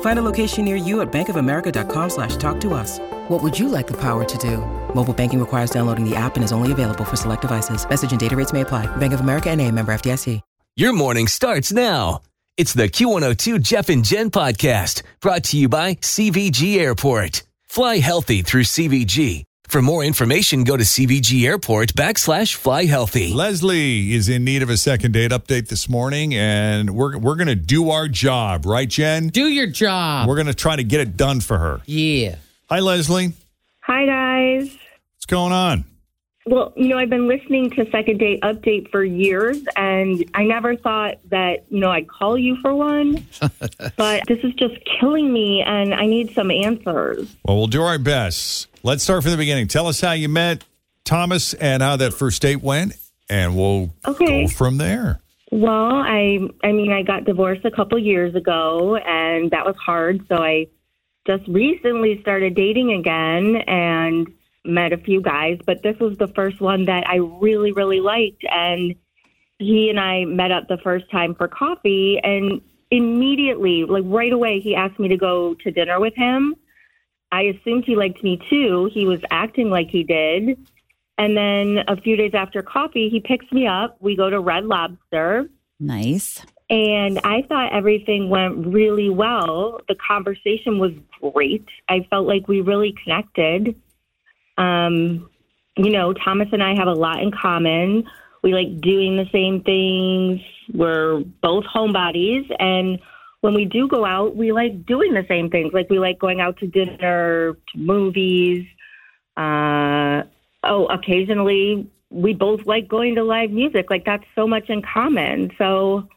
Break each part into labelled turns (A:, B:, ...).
A: Find a location near you at bankofamerica.com slash talk to us. What would you like the power to do? Mobile banking requires downloading the app and is only available for select devices. Message and data rates may apply. Bank of America and a member FDIC.
B: Your morning starts now. It's the Q102 Jeff and Jen podcast brought to you by CVG Airport. Fly healthy through CVG. For more information, go to CVG Airport backslash fly healthy.
C: Leslie is in need of a second date update this morning, and we're we're gonna do our job, right, Jen?
D: Do your job.
C: We're gonna try to get it done for her.
D: yeah.
C: Hi, Leslie.
E: Hi, guys.
C: What's going on?
E: Well, you know, I've been listening to Second Date Update for years, and I never thought that, you know, I'd call you for one. but this is just killing me, and I need some answers.
C: Well, we'll do our best. Let's start from the beginning. Tell us how you met Thomas and how that first date went, and we'll
E: Okay.
C: go from there.
E: Well, I I mean, I got divorced a couple years ago, and that was hard. So I just recently started dating again and met a few guys, but this was the first one that I really really liked and he and I met up the first time for coffee and immediately, like right away, he asked me to go to dinner with him. I assumed he liked me too. He was acting like he did. And then a few days after coffee, he picks me up. We go to Red Lobster.
F: Nice.
E: And I thought everything went really well. The conversation was great. I felt like we really connected. Um, you know, Thomas and I have a lot in common. We like doing the same things. We're both homebodies. And when we do go out, we like doing the same things. Like we like going out to dinner, to movies. Uh, oh, occasionally we both like going to live music. Like that's so much in common. So.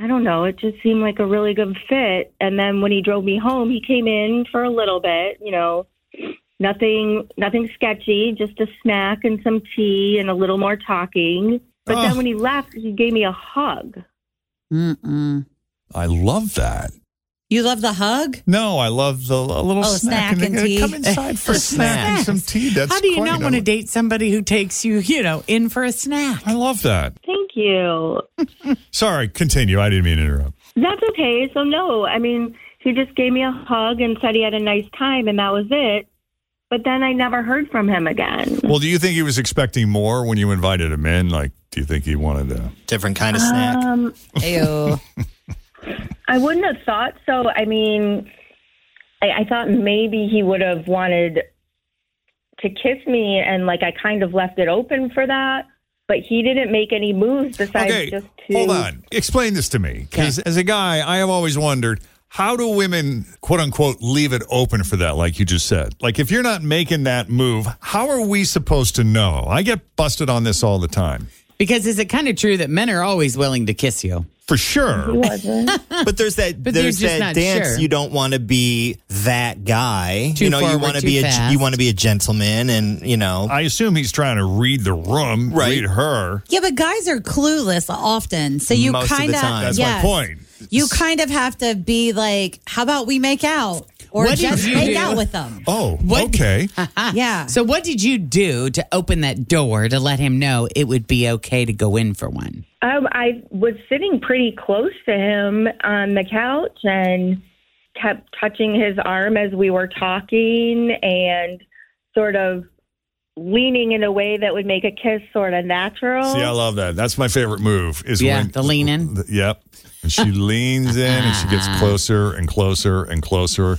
E: I don't know. It just seemed like a really good fit. And then when he drove me home, he came in for a little bit, you know, nothing, nothing sketchy, just a snack and some tea and a little more talking. But
C: Oh.
E: then when he left, he gave me a hug.
F: Mm-mm.
C: I love that.
G: You love the hug?
C: No, I love the a little
F: Oh,
C: snack,
F: snack and tea.
C: Come inside for a snack and some tea. That's
D: How do you
C: quite
D: not
C: a-
D: want to date somebody who takes you, you know, in for a snack?
C: I love that.
E: Thank you.
C: Sorry, continue. I didn't mean to interrupt.
E: That's okay. So no, I mean, he just gave me a hug and said he had a nice time and that was it. But then I never heard from him again.
C: Well, do you think he was expecting more when you invited him in? Like, do you think he wanted to?
G: Different kind of snack.
E: Um,
G: Ayo.
E: I wouldn't have thought so. I mean, I, I thought maybe he would have wanted to kiss me, and like I kind of left it open for that. But he didn't make any moves besides
C: okay,
E: just to.
C: hold on. Explain this to me, because as a guy, I have always wondered how do women, quote unquote, leave it open for that? Like you just said, like if you're not making that move, how are we supposed to know? I get busted on this all the time,
D: Because is it kind of true that men are always willing to kiss you?
C: for sure.
E: Wasn't.
H: But there's that
D: But they're
H: there's
D: just
H: that
D: not
H: dance
D: sure.
H: you don't want to be that guy.
D: Too
H: you know you
D: forward,
H: want to
D: too
H: be a
D: fast.
H: you want to be a gentleman and you know
C: I assume he's trying to read the room,
H: Right.
C: read her.
F: Yeah, but guys are clueless often. So you
H: Most of the
F: kind
H: time.
C: That's
F: yes,
C: my point.
F: You kind of have to be like, how about we make out? Or
D: What did
F: just
D: you
F: make
D: do?
F: out with them.
C: Oh,
D: What-
C: okay.
F: Yeah.
D: So what did you do to open that door to let him know it would be okay to go in for one?
E: Um, I was sitting pretty close to him on the couch and kept touching his arm as we were talking and sort of leaning in a way that would make a kiss sort of natural.
C: See, I love that. That's my favorite move. Is
D: Yeah,
C: when,
D: the lean in.
C: th- yep. And she leans in and she gets closer and closer and closer,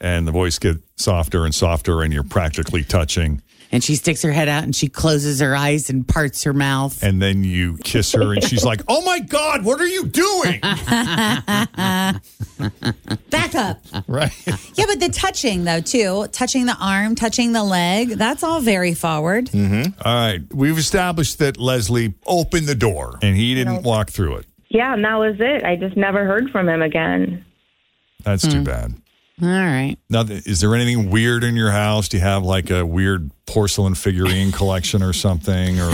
C: and the voice gets softer and softer, and you're practically touching.
D: and she sticks her head out and she closes her eyes and parts her mouth.
C: And then you kiss her, and she's like, "Oh my God, what are you doing?"
F: Back up.
C: right?
F: Yeah, but the touching though too, touching the arm, touching the leg, that's all very forward.
H: Mm.
C: All right, we've established that Leslie opened the door, and he didn't walk through it.
E: Yeah, and that was it. I just never heard from him again.
C: That's too bad.
D: All right.
C: Now, th- is there anything weird in your house? Do you have like a weird porcelain figurine collection or something, or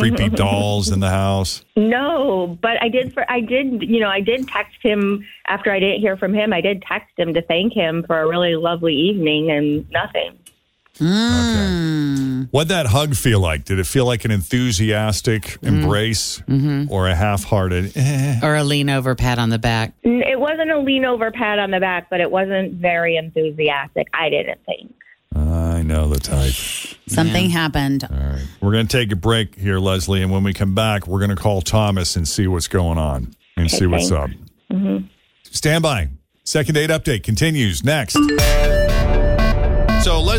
C: creepy dolls in the house?
E: No, but I did for I did you know I did text him after I didn't hear from him. I did text him to thank him for a really lovely evening and nothing.
F: Hmm.
C: Okay. What that hug feel like? Did it feel like an enthusiastic
F: Mm-hmm.
C: embrace or a half-hearted? eh?
D: Or a lean over pat on the back.
E: N- It wasn't a lean over pat on the back, but it wasn't very enthusiastic. I didn't think.
C: I know the type.
F: Something happened.
C: All right. We're going to take a break here, Leslie. And when we come back, we're going to call Thomas and see what's going on and see what's up.
F: Mm-hmm.
C: Stand by. Second date update continues next. So, Les-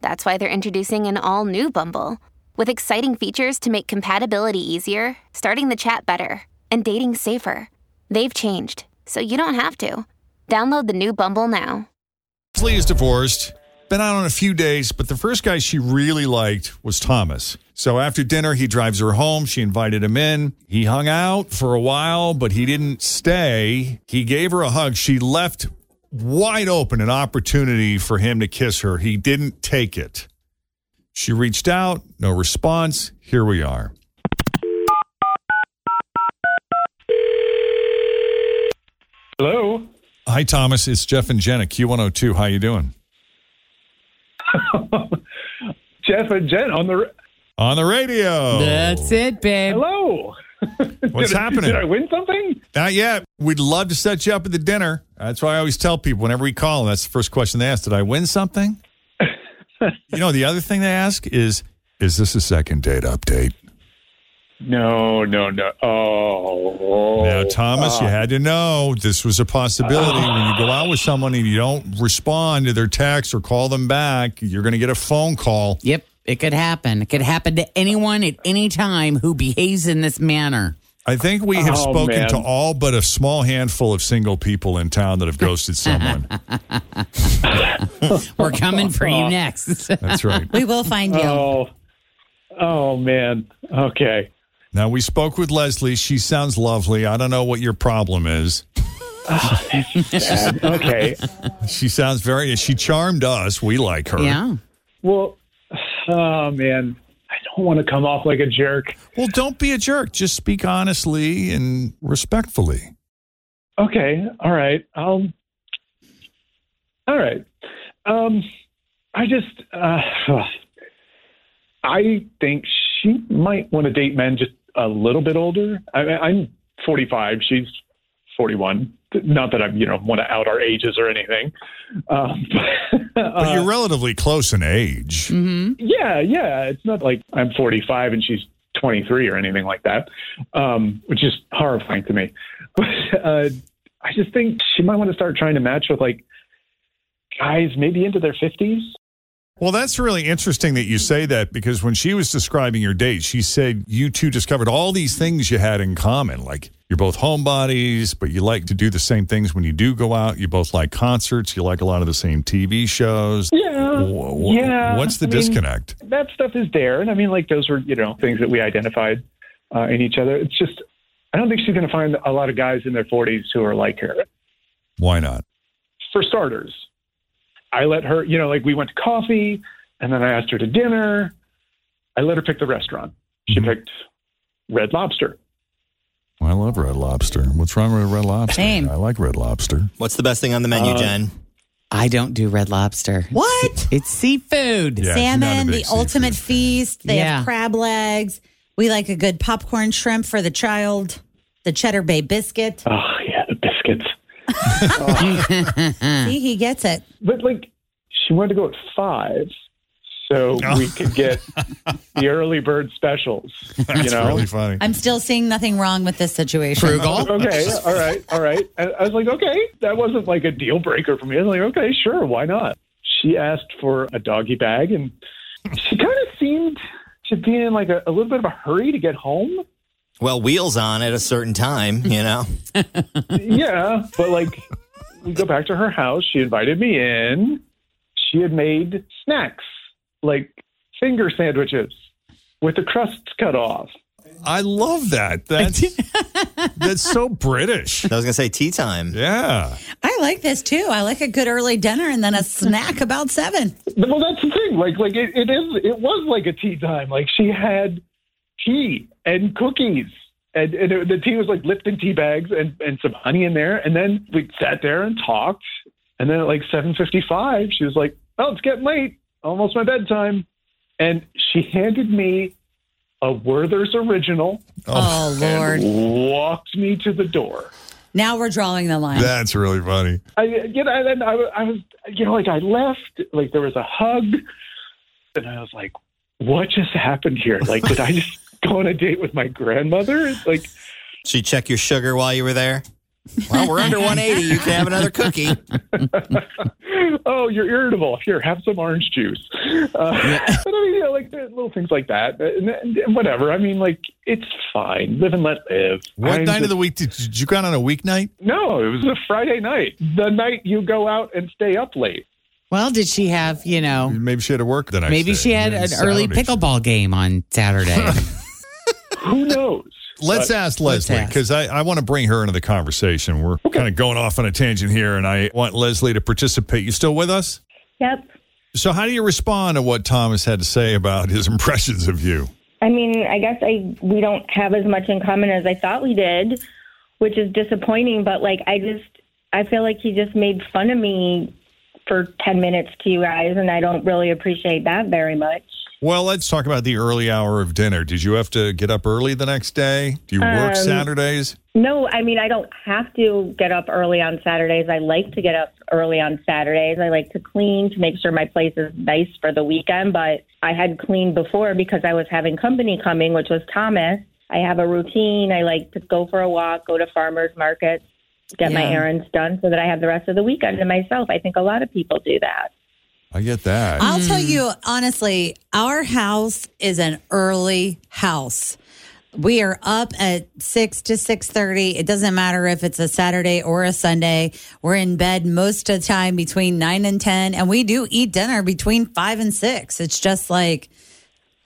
I: that's why they're introducing an all new Bumble with exciting features to make compatibility easier, starting the chat better, and dating safer. They've changed, so you don't have to. Download the new Bumble now.
C: Leslie is divorced, been out on a few days, but the first guy she really liked was Thomas. So after dinner, he drives her home. She invited him in. He hung out for a while, but he didn't stay. He gave her a hug. She left wide open an opportunity for him to kiss her. He didn't take it. She reached out, no response. Here we are.
J: Hello.
C: Hi, Thomas. It's Jeff and Jenna, Q102. How you doing?
J: Jeff and Jen on the. r-
C: On the radio.
D: it, babe.
J: Hello.
C: What's
J: Did I-
C: happening?
J: Did I win something?
C: Not yet. We'd love to set you up at the dinner. That's why I always tell people whenever we call, that's the first question they ask. Did I win something? you know, the other thing they ask is, is this a second date update?
J: No, no, no. Oh.
C: now, Thomas, you
J: Ah.
C: had to know this was a possibility. when you go out with someone and you don't respond to their text or call them back, you're going to get a phone call.
D: Yep. It could happen. It could happen to anyone at any time who behaves in this manner.
C: I think we have
J: Oh,
C: spoken
J: man.
C: to all but a small handful of single people in town that have ghosted someone.
D: We're coming for you next.
C: That's right.
F: We will find you.
J: Oh. Oh man. Okay.
C: Now we spoke with Leslie. She sounds lovely. I don't know what your problem is.
J: Okay.
C: She sounds very. She charmed us. We like her.
D: yeah.
J: well. Oh man. I don't want to come off like a jerk.
C: Well, don't be a jerk. Just speak honestly and respectfully.
J: Okay. All right. I'll. All right. Um, I just. Uh, I think she might want to date men just a little bit older. I, I'm 45. She's 41. Not that I, am you know, want to out our ages or anything. Um, but,
C: But you're relatively close in age.
J: yeah, yeah. It's not like I'm 45 and she's 23 or anything like that, um, which is horrifying to me. But uh, I just think she might want to start trying to match with like guys maybe into their 50s.
C: Well, that's really interesting that you say that because when she was describing your date, she said you two discovered all these things you had in common. Like you're both homebodies, but you like to do the same things when you do go out. You both like concerts. You like a lot of the same TV shows.
J: Yeah.
C: Wha- wha-
J: yeah.
C: What's the
J: I mean,
C: disconnect?
J: that stuff is there. And I mean, like, those were, you know, things that we identified uh, in each other. It's just, I don't think she's going to find a lot of guys in their 40s who are like her.
C: Why not?
J: for starters, I let her, you know, like we went to coffee and then I asked her to dinner. I let her pick the restaurant. She
C: Mhm.
J: picked Red Lobster.
C: I love Red Lobster. What's wrong with Red Lobster?
F: Same.
C: I like Red Lobster.
H: What's the best thing on the menu,
J: Uh,
H: Jen?
A: I don't do red lobster.
K: What?
A: It's seafood.
K: salmon, the ultimate feast. They
A: Yeah.
K: have crab legs. We like a good popcorn shrimp for the child. The Cheddar Bay biscuit.
D: Oh yeah, the biscuits.
K: See, he gets it.
D: But like, she wanted to go at five, so we could get the early bird specials. you
C: That's
D: know,
C: really funny.
K: I'm still seeing nothing wrong with this situation.
D: Okay, all right, all right. And I was like, okay, that wasn't like a deal breaker for me. I was like, okay, sure, why not? She asked for a doggy bag, and she kind of seemed to be in like a, a little bit of a hurry to get home.
H: Well, wheels on at a certain time, you know.
D: yeah, but like we go back to her house. She invited me in. She had made snacks like finger sandwiches with the crusts cut off.
C: I love that. That's that's so British. I
H: was gonna say tea time.
C: Yeah.
K: I like this too. I like a good early dinner and then a snack about seven.
D: Well, that's the thing. Like, like it, it is. It was like a tea time. Like she had tea and cookies, and, and it- the tea was like Lipton tea bags and, and some honey in there. And then we sat there and talked. And then at like seven fifty five, she was like, "Oh, it's getting late. Almost my bedtime." And she handed me a Werther's original.
K: Oh, Lord.
D: Walked me to the door.
K: Now we're drawing the line.
C: That's really funny.
D: I, you know, and then I, I was, you know, like I left, like there was a hug, and I was like, what just happened here? Like, did I just go on a date with my grandmother? It's Like,
H: She check your sugar while you were there. Well, we're under 180. You can have another cookie.
D: oh, you're irritable. Here, have some orange juice. Uh, But I mean, you know, like there- little things like that, and, and whatever. I mean, like it's fine. Live and let live.
C: What
D: I'm
C: night of
D: just-
C: the week did, did you go out on a weeknight?
D: No, it was a Friday night. The night you go out and stay up late.
A: Well, did she have, you know,
C: Maybe she had to work the next
A: maybe
C: day.
A: she had
C: Yeah,
A: an
C: Saturday.
A: early pickleball game on Saturday.
D: Who knows?
C: Let's
D: But-
C: ask Leslie because I, I want to bring her into the conversation. We're kind of going off on a tangent here, and I want Leslie to participate. You still with us?
E: Yep.
C: So, how do you respond to what Thomas had to say about his impressions of you?
E: I mean, I guess I we don't have as much in common as I thought we did, which is disappointing. But like, I just I feel like he just made fun of me for ten minutes to you guys, and I don't really appreciate that very much.
C: Well, let's talk about the early hour of dinner. Did you have to get up early the next day? Do you work
E: Um,
C: Saturdays?
E: No, I mean, I don't have to get up early on Saturdays. I like to get up early on Saturdays. I like to clean to make sure my place is nice for the weekend, but I had cleaned before because I was having company coming, which was Thomas. I have a routine. I like to go for a walk, go to farmers markets, get my
L: Yeah.
E: errands done so that I have the rest of the weekend to myself. I think a lot of people do that.
C: I get that.
K: I'll tell
A: Mm.
K: you honestly, our house is an early house. We are up at six to six thirty. It doesn't matter if it's a Saturday or a Sunday. We're in bed most of the time between nine and ten, and we do eat dinner between five and six. It's just like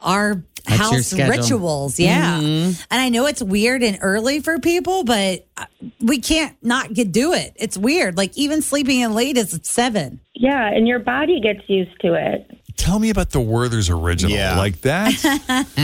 K: our
A: That's your
K: house
A: schedule.
K: rituals. Yeah.
A: Mhm.
K: And I know it's weird and early for people, but uh, we can't not get do it. It's weird. Like even sleeping in late is seven.
E: Yeah, and your body gets used to it.
C: Tell me about the Werther's original. Like that?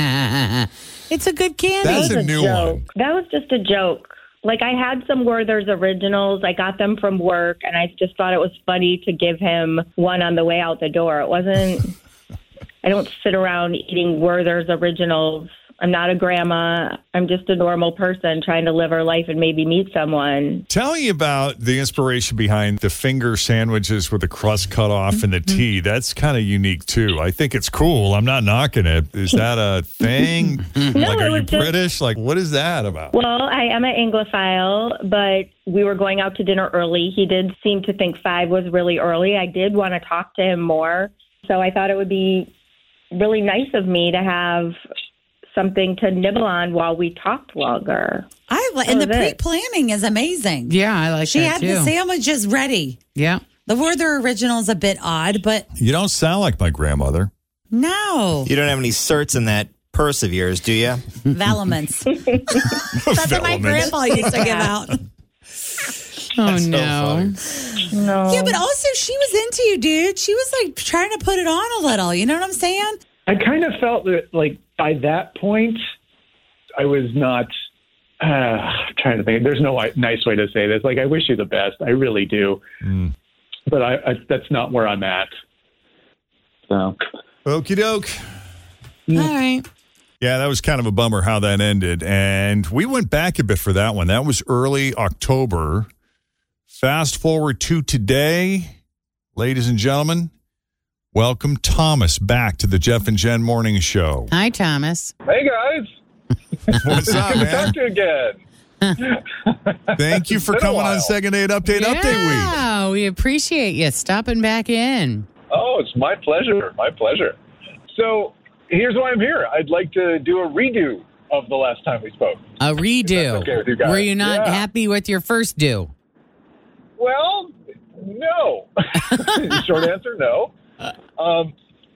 A: it's a good candy.
C: That's a new
E: joke.
C: one.
E: That was just a joke. Like I had some Werther's originals. I got them from work, and I just thought it was funny to give him one on the way out the door. It wasn't. I don't sit around eating Werther's originals. I'm not a grandma. I'm just a normal person trying to live her life and maybe meet someone.
C: Tell me about the inspiration behind the finger sandwiches with the crust cut off and the
E: Mm-hmm.
C: tea. That's kind of unique too. I think it's cool. I'm not knocking it. Is that a thing? like,
E: it
C: are you
E: was just-
C: British? Like, what is that about?
E: Well, I am an Anglophile, but we were going out to dinner early. He did seem to think five was really early. I did want to talk to him more. So I thought it would be really nice of me to have something to nibble on while we talked longer.
K: I li- and the pre planning is amazing.
A: Yeah, I like
K: She
A: that
K: had the
A: too.
K: sandwiches ready.
A: yeah.
K: The Werther original's a bit odd, but
C: You don't sound like my grandmother.
K: no.
H: You don't have any certs in that purse of yours, do you?
K: Valaments. That's what my
H: Valaments.
K: grandpa used to give out.
A: Oh no.
E: No.
K: Yeah, but also she was into you, dude. She was like trying to put it on a little. You know what I'm saying?
D: I kind of felt that, like, by that point, I was not. Uh, I'm trying to think. There's no wi- nice way to say this. Like, I wish you the best. I really do.
J: but I, I that's not where I'm at. So,
C: okie doke.
F: All right.
C: Yeah, that was kind of a bummer how that ended. And we went back a bit for that one. That was early October. Fast forward to today, ladies and gentlemen, welcome Thomas back to the Jeff and Jen Morning Show.
D: Hi, Thomas.
K: Hey guys,
C: What's up,
K: good to
C: man?
K: talk to you again.
C: Thank you for
K: It's been a
C: coming on
K: while.
C: Second Aid Update Update Week.
D: Yeah, we appreciate you stopping back in.
K: Oh, it's my pleasure. My pleasure. So here's why I'm here. I'd like to do a redo of the last time we spoke.
D: A redo.
K: okay with you guys.
D: Were you not
K: Yeah.
D: happy with your first do?
K: Well, no. Short answer, no. Um,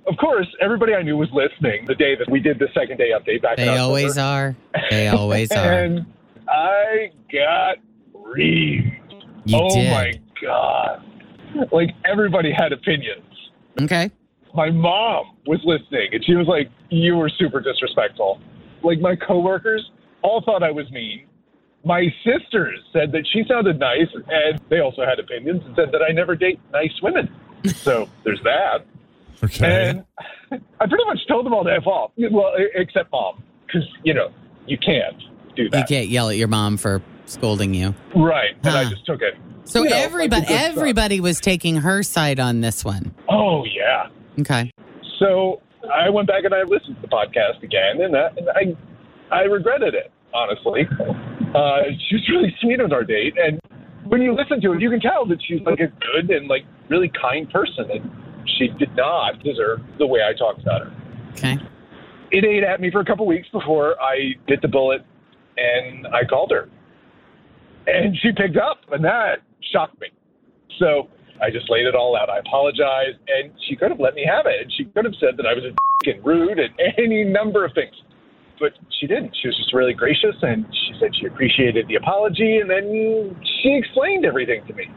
K: of course, everybody I knew was listening the day that we did the second day update back in
D: They
K: October.
D: always are. They always are.
K: and I got reamed.
D: You
K: oh
D: did.
K: my god! Like everybody had opinions.
D: Okay.
K: My mom was listening, and she was like, "You were super disrespectful." Like my coworkers all thought I was mean. My sisters said that she sounded nice, and they also had opinions and said that I never date nice women. So there's that.
C: Okay.
K: And I pretty much told them all to f off. Well, e- except mom, because you know you can't do that.
D: You can't yell at your mom for scolding you.
K: Right. And I just took it.
D: So
K: You know,
D: everybody
K: like a good son.
D: everybody was taking her side on this one.
K: Oh, yeah.
D: Okay.
K: So I went back and I listened to the podcast again, and I, and I, I regretted it, honestly. Uh, she was really sweet on our date. And when you listen to it, you can tell that she's like a good and like really kind person. And she did not deserve the way I talked about her.
D: Okay.
K: It ate at me for a couple weeks before I bit the bullet and I called her. And she picked up, and that shocked me. So I just laid it all out. I apologized, and she could have let me have it, and she could have said that I was a dick and rude and any number of things, but she didn't. She was just really gracious, and she said she appreciated the apology, and then she explained everything to me.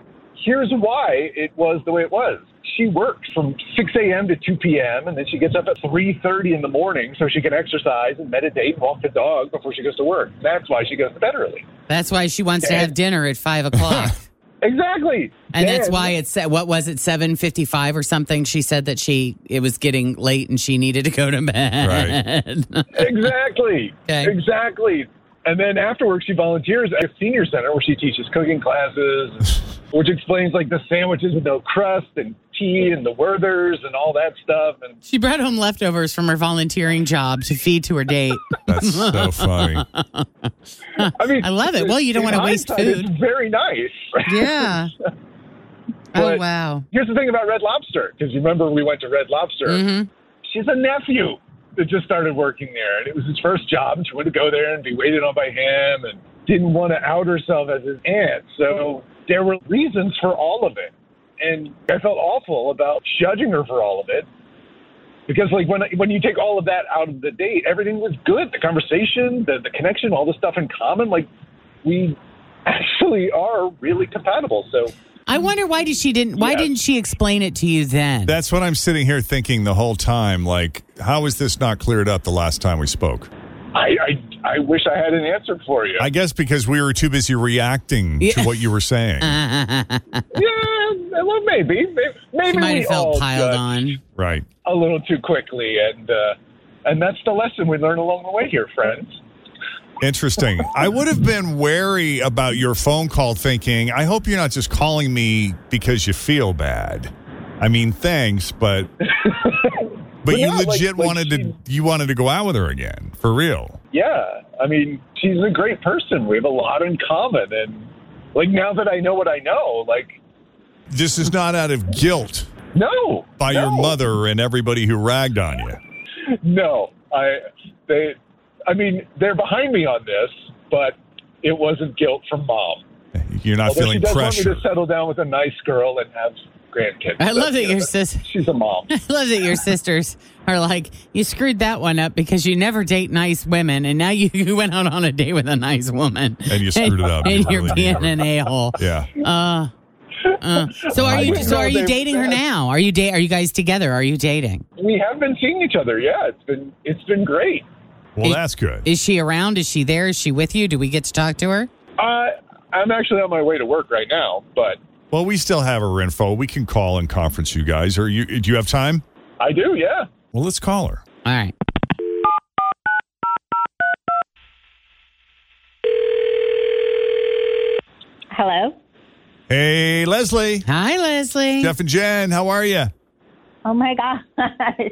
K: Here's why it was the way it was. She worked from 6 a.m. to 2 p.m. and then she gets up at 3:30 in the morning so she can exercise and meditate and walk the dog before she goes to work. That's why she goes to bed early.
D: That's why she wants to have dinner at five o'clock.
K: Exactly.
D: And that's
K: Then-
D: why it said what was it, seven fifty five or something? She said that she it was getting late and she needed to go to bed.
K: exactly. Exactly. And then afterwards, she volunteers at a senior center where she teaches cooking classes, which explains like the sandwiches with no crust and tea and the Werthers and all that stuff. And
D: She brought home leftovers from her volunteering job to feed to her date.
C: That's so funny.
K: I mean,
D: I love it. Well, you don't
K: in
D: want to waste
K: hindsight,
D: food.
K: It's very nice.
D: Yeah. oh
K: But
D: wow.
K: Here's the thing about Red Lobster, because remember we went to Red Lobster.
D: Mm-hmm.
K: She's a nephew that just started working there, and it was his first job, and she wanted to go there and be waited on by him, and didn't want to out herself as his aunt. So there were reasons for all of it, and I felt awful about judging her for all of it. Because like when when you take all of that out of the date, everything was good. The conversation, the the connection, all the stuff in common. Like we actually are really compatible. So
D: I wonder why did she didn't why didn't she explain it to you then?
C: That's what I'm sitting here thinking the whole time. Like, how is this not cleared up the last time we spoke?
K: I, I, I wish I had an answer for you.
C: I guess because we were too busy reacting to
K: Yeah.
C: what you were saying.
K: yeah, well, maybe. Maybe, maybe
D: She might
K: we
D: have felt
K: all
D: piled
K: judged
D: on.
C: Right.
K: a little too quickly, and uh, and that's the lesson we learn along the way here, friends.
C: Interesting. I would have been wary about your phone call thinking, I hope you're not just calling me because you feel bad. I mean, thanks, but but you
K: yeah, like-
C: legit
K: like
C: wanted to you wanted to go out with her again. For real.
K: Yeah, I mean, she's a great person. We have a lot in common, and like now that I know what I know, like
C: This is not out of guilt.
K: No.
C: By your mother and everybody who ragged on you.
K: no, I they, I mean, they're behind me on this, but it wasn't guilt from mom.
C: You're not
K: Although she
C: feeling
K: does
C: pressure.
K: want me to settle down with a nice girl and have grandkids.
D: I love
K: But,
D: that
K: you know,
D: your sis
K: She's a mom.
D: I love that your sisters are like, you screwed that one up because you never date nice women, and now you, you went out on a date with a nice woman.
C: And you screwed it up.
D: And,
C: You
D: you're
C: really
D: being
C: did.
D: an a hole.
C: Yeah.
D: Uh, uh. So are
K: I
D: you
K: didn't
D: so
K: know
D: are you
K: they-
D: dating her now? Are you date are you guys together? Are you dating?
K: We have been seeing each other. Yeah, it's been it's been great.
C: Well, that's good.
D: Is she around? Is she there? Is she with you? Do we get to talk to her?
K: Uh, I'm actually on my way to work right now, but
C: Well, we still have her info. We can call and conference you guys. Or you do you have time?
K: I do, yeah.
C: Well, let's call her.
D: All right.
E: Hello.
C: Hey, Leslie.
D: Hi, Leslie.
C: Jeff and Jen, how are you?
E: Oh my God. Hi.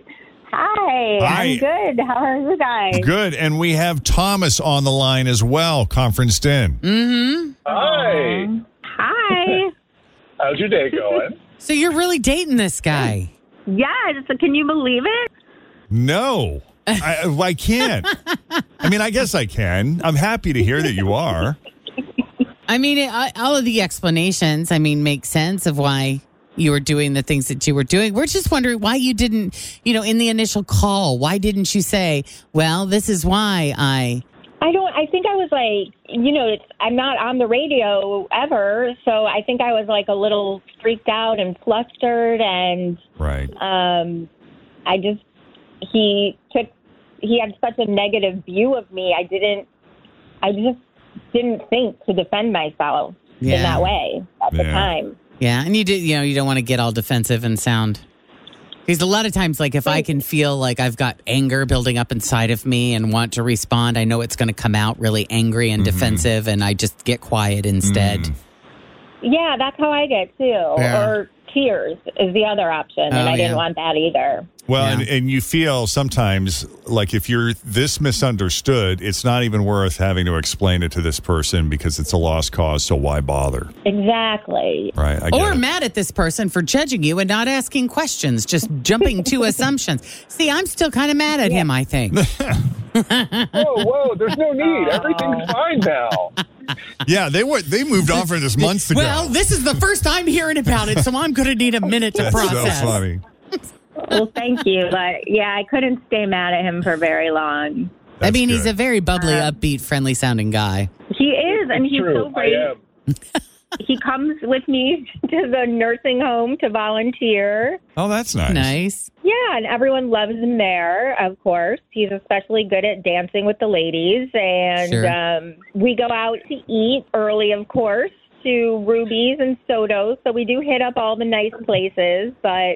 C: Hi.
E: I'm good. How are you guys?
C: Good. And we have Thomas on the line as well, conferenced in.
D: Mm-hmm.
K: Hi.
E: Hi.
K: How's your day going?
D: So you're really dating this guy.
E: Yes. Can you believe it?
C: No, I, I can't. I mean, I guess I can. I'm happy to hear that you are.
D: I mean, it, I- all of the explanations, I mean, make sense of why you were doing the things that you were doing. We're just wondering why you didn't, you know, in the initial call, why didn't you say, well, this is why I.
E: I don't. I think I was like, you know, it's, I'm not on the radio ever, so I think I was like a little freaked out and flustered, and
C: Right.
E: um, I just he took he had such a negative view of me. I didn't. I just didn't think to defend myself
D: Yeah.
E: in that way at the
D: Yeah.
E: time.
D: Yeah. And you did, you know, you don't want to get all defensive and sound. Because a lot of times, like, if I can feel like I've got anger building up inside of me and want to respond, I know it's going to come out really angry and defensive, and I just get quiet instead.
E: Yeah, that's how I get too.
C: Yeah.
E: Or tears is the other option, and
C: Oh,
E: I
C: yeah.
E: didn't want that either.
C: Well, and, and you feel sometimes like if you're this misunderstood, it's not even worth having to explain it to this person because it's a lost cause. So why bother?
E: Exactly.
C: Right. I get
D: or
C: it.
D: mad at this person for judging you and not asking questions, just jumping to assumptions. See, I'm still kind of mad at him, I think.
K: whoa, whoa, there's no need. Everything's fine now.
C: Yeah, they were they moved on from this months ago.
D: well, this is the first I'm hearing about it, so I'm going to need a minute to
C: That's
D: process.
C: so funny.
E: well, thank you, but yeah, I couldn't stay mad at him for very long.
D: I mean, he's a very bubbly, upbeat, friendly sounding guy.
E: He is, and
D: It's
E: he's
D: true.
E: so great.
D: I am.
E: he comes with me to the nursing home to volunteer.
C: Oh, that's nice.
D: Nice.
E: Yeah, and everyone loves him there, of course. He's especially good at dancing with the ladies. And
D: Sure.
E: um, we go out to eat early, of course, to Ruby's and Soto's. So we do hit up all the nice places. But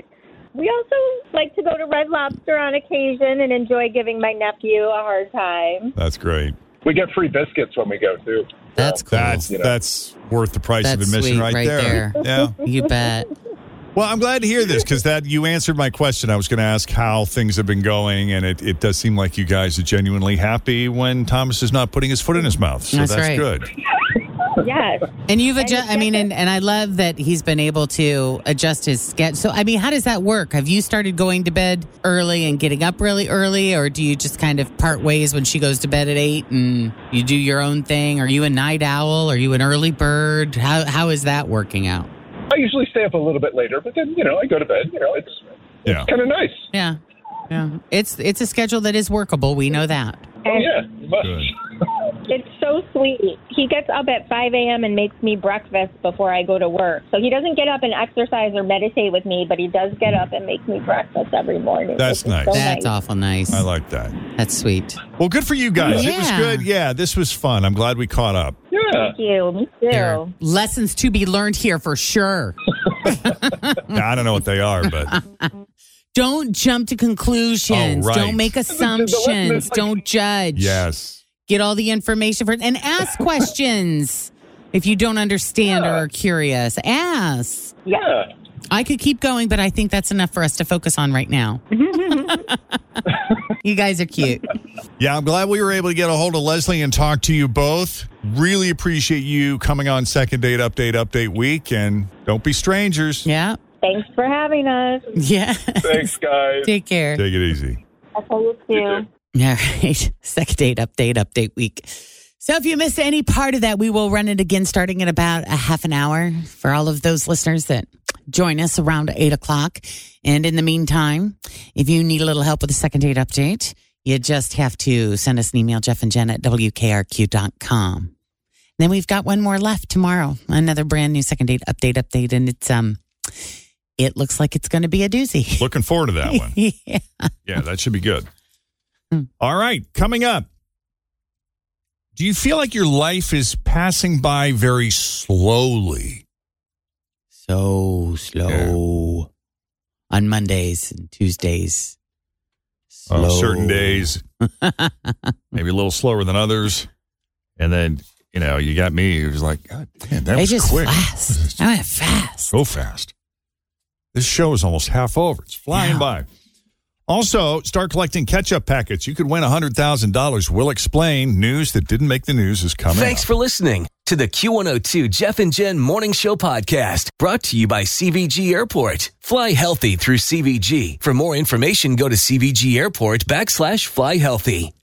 E: we also like to go to Red Lobster on occasion and enjoy giving my nephew a hard time.
C: That's great.
K: We get free biscuits when we go, too.
D: That's cool.
C: That's that's worth the price
D: That's
C: of admission
D: sweet
C: right,
D: right
C: there.
D: there.
C: Yeah.
D: You bet.
C: Well, I'm glad to hear this because that you answered my question. I was going to ask how things have been going, and it, it does seem like you guys are genuinely happy when Thomas is not putting his foot in his mouth. So
D: That's
C: that's,
D: right.
C: good.
E: Yes.
A: Oh,
D: And you've adjusted, I mean, and, and I love that he's been able to adjust his sketch. So, I mean, how does that work? Have you started going to bed early and getting up really early, or do you just kind of part ways when she goes to bed at eight and you do your own thing? Are you a night owl? Are you an early bird? How, how is that working out?
K: I usually stay up a little bit later, but then, you know, I go to bed. You know, it's,
C: Yeah.
K: kind of nice.
D: Yeah. Yeah. It's, it's a schedule that is workable. We know that.
K: Oh, yeah. you must.
E: It's so sweet. He gets up at 5 a.m. and makes me breakfast before I go to work. So he doesn't get up and exercise or meditate with me, but he does get up and make me breakfast every morning.
C: That's
E: which
C: nice.
E: is so
D: That's awful nice.
C: I like that.
D: That's sweet.
C: Well, good for you guys. It was
D: Yeah.
C: good. Yeah, this was fun. I'm glad we caught up.
K: Yeah.
E: Thank you. Me too.
D: There are lessons to be learned here for sure.
C: I don't know what they are, but
D: Don't jump to conclusions.
C: Oh, right.
D: Don't make
C: The-
D: assumptions. Don't judge.
C: yes.
D: Get all the information for and ask questions if you don't understand or are curious. Ask.
K: Yeah.
D: I could keep going, but I think that's enough for us to focus on right now. you guys are cute.
C: Yeah, I'm glad we were able to get a hold of Leslie and talk to you both. Really appreciate you coming on Second Date Update Update Week, and don't be strangers.
D: Yeah.
E: Thanks for having us.
D: Yeah.
K: Thanks, guys.
D: Take care.
C: Take it easy.
E: I'll tell you too.
D: All right. Second date update, update week. So if you missed any part of that, we will run it again starting in about a half an hour for all of those listeners that join us around eight o'clock. And in the meantime, if you need a little help with the second date update, you just have to send us an email, Jeff and Jen at WKRQ.com. Then we've got one more left tomorrow, another brand new second date update update. And it's, um, it looks like it's going to be a doozy.
C: Looking forward to that one.
D: yeah.
C: Yeah, that should be good.
D: Hmm.
C: All right, coming up. Do you feel like your life is passing by very slowly?
D: so slow on Mondays and Tuesdays.
C: on
D: Slow.
C: Uh, certain days, maybe a little slower than others. And then, you know, you got me. It was like, God damn, that
D: They
C: was
D: just
C: quick.
D: fast. I went fast.
C: So fast. This show is almost half over. It's flying by. Also, start collecting ketchup packets. You could win $100,000. We'll explain. News that didn't make the news is coming.
B: Thanks for listening to the Q102 Jeff and Jen Morning Show podcast brought to you by CVG Airport. Fly healthy through CVG. For more information, go to CVG Airport backslash fly healthy.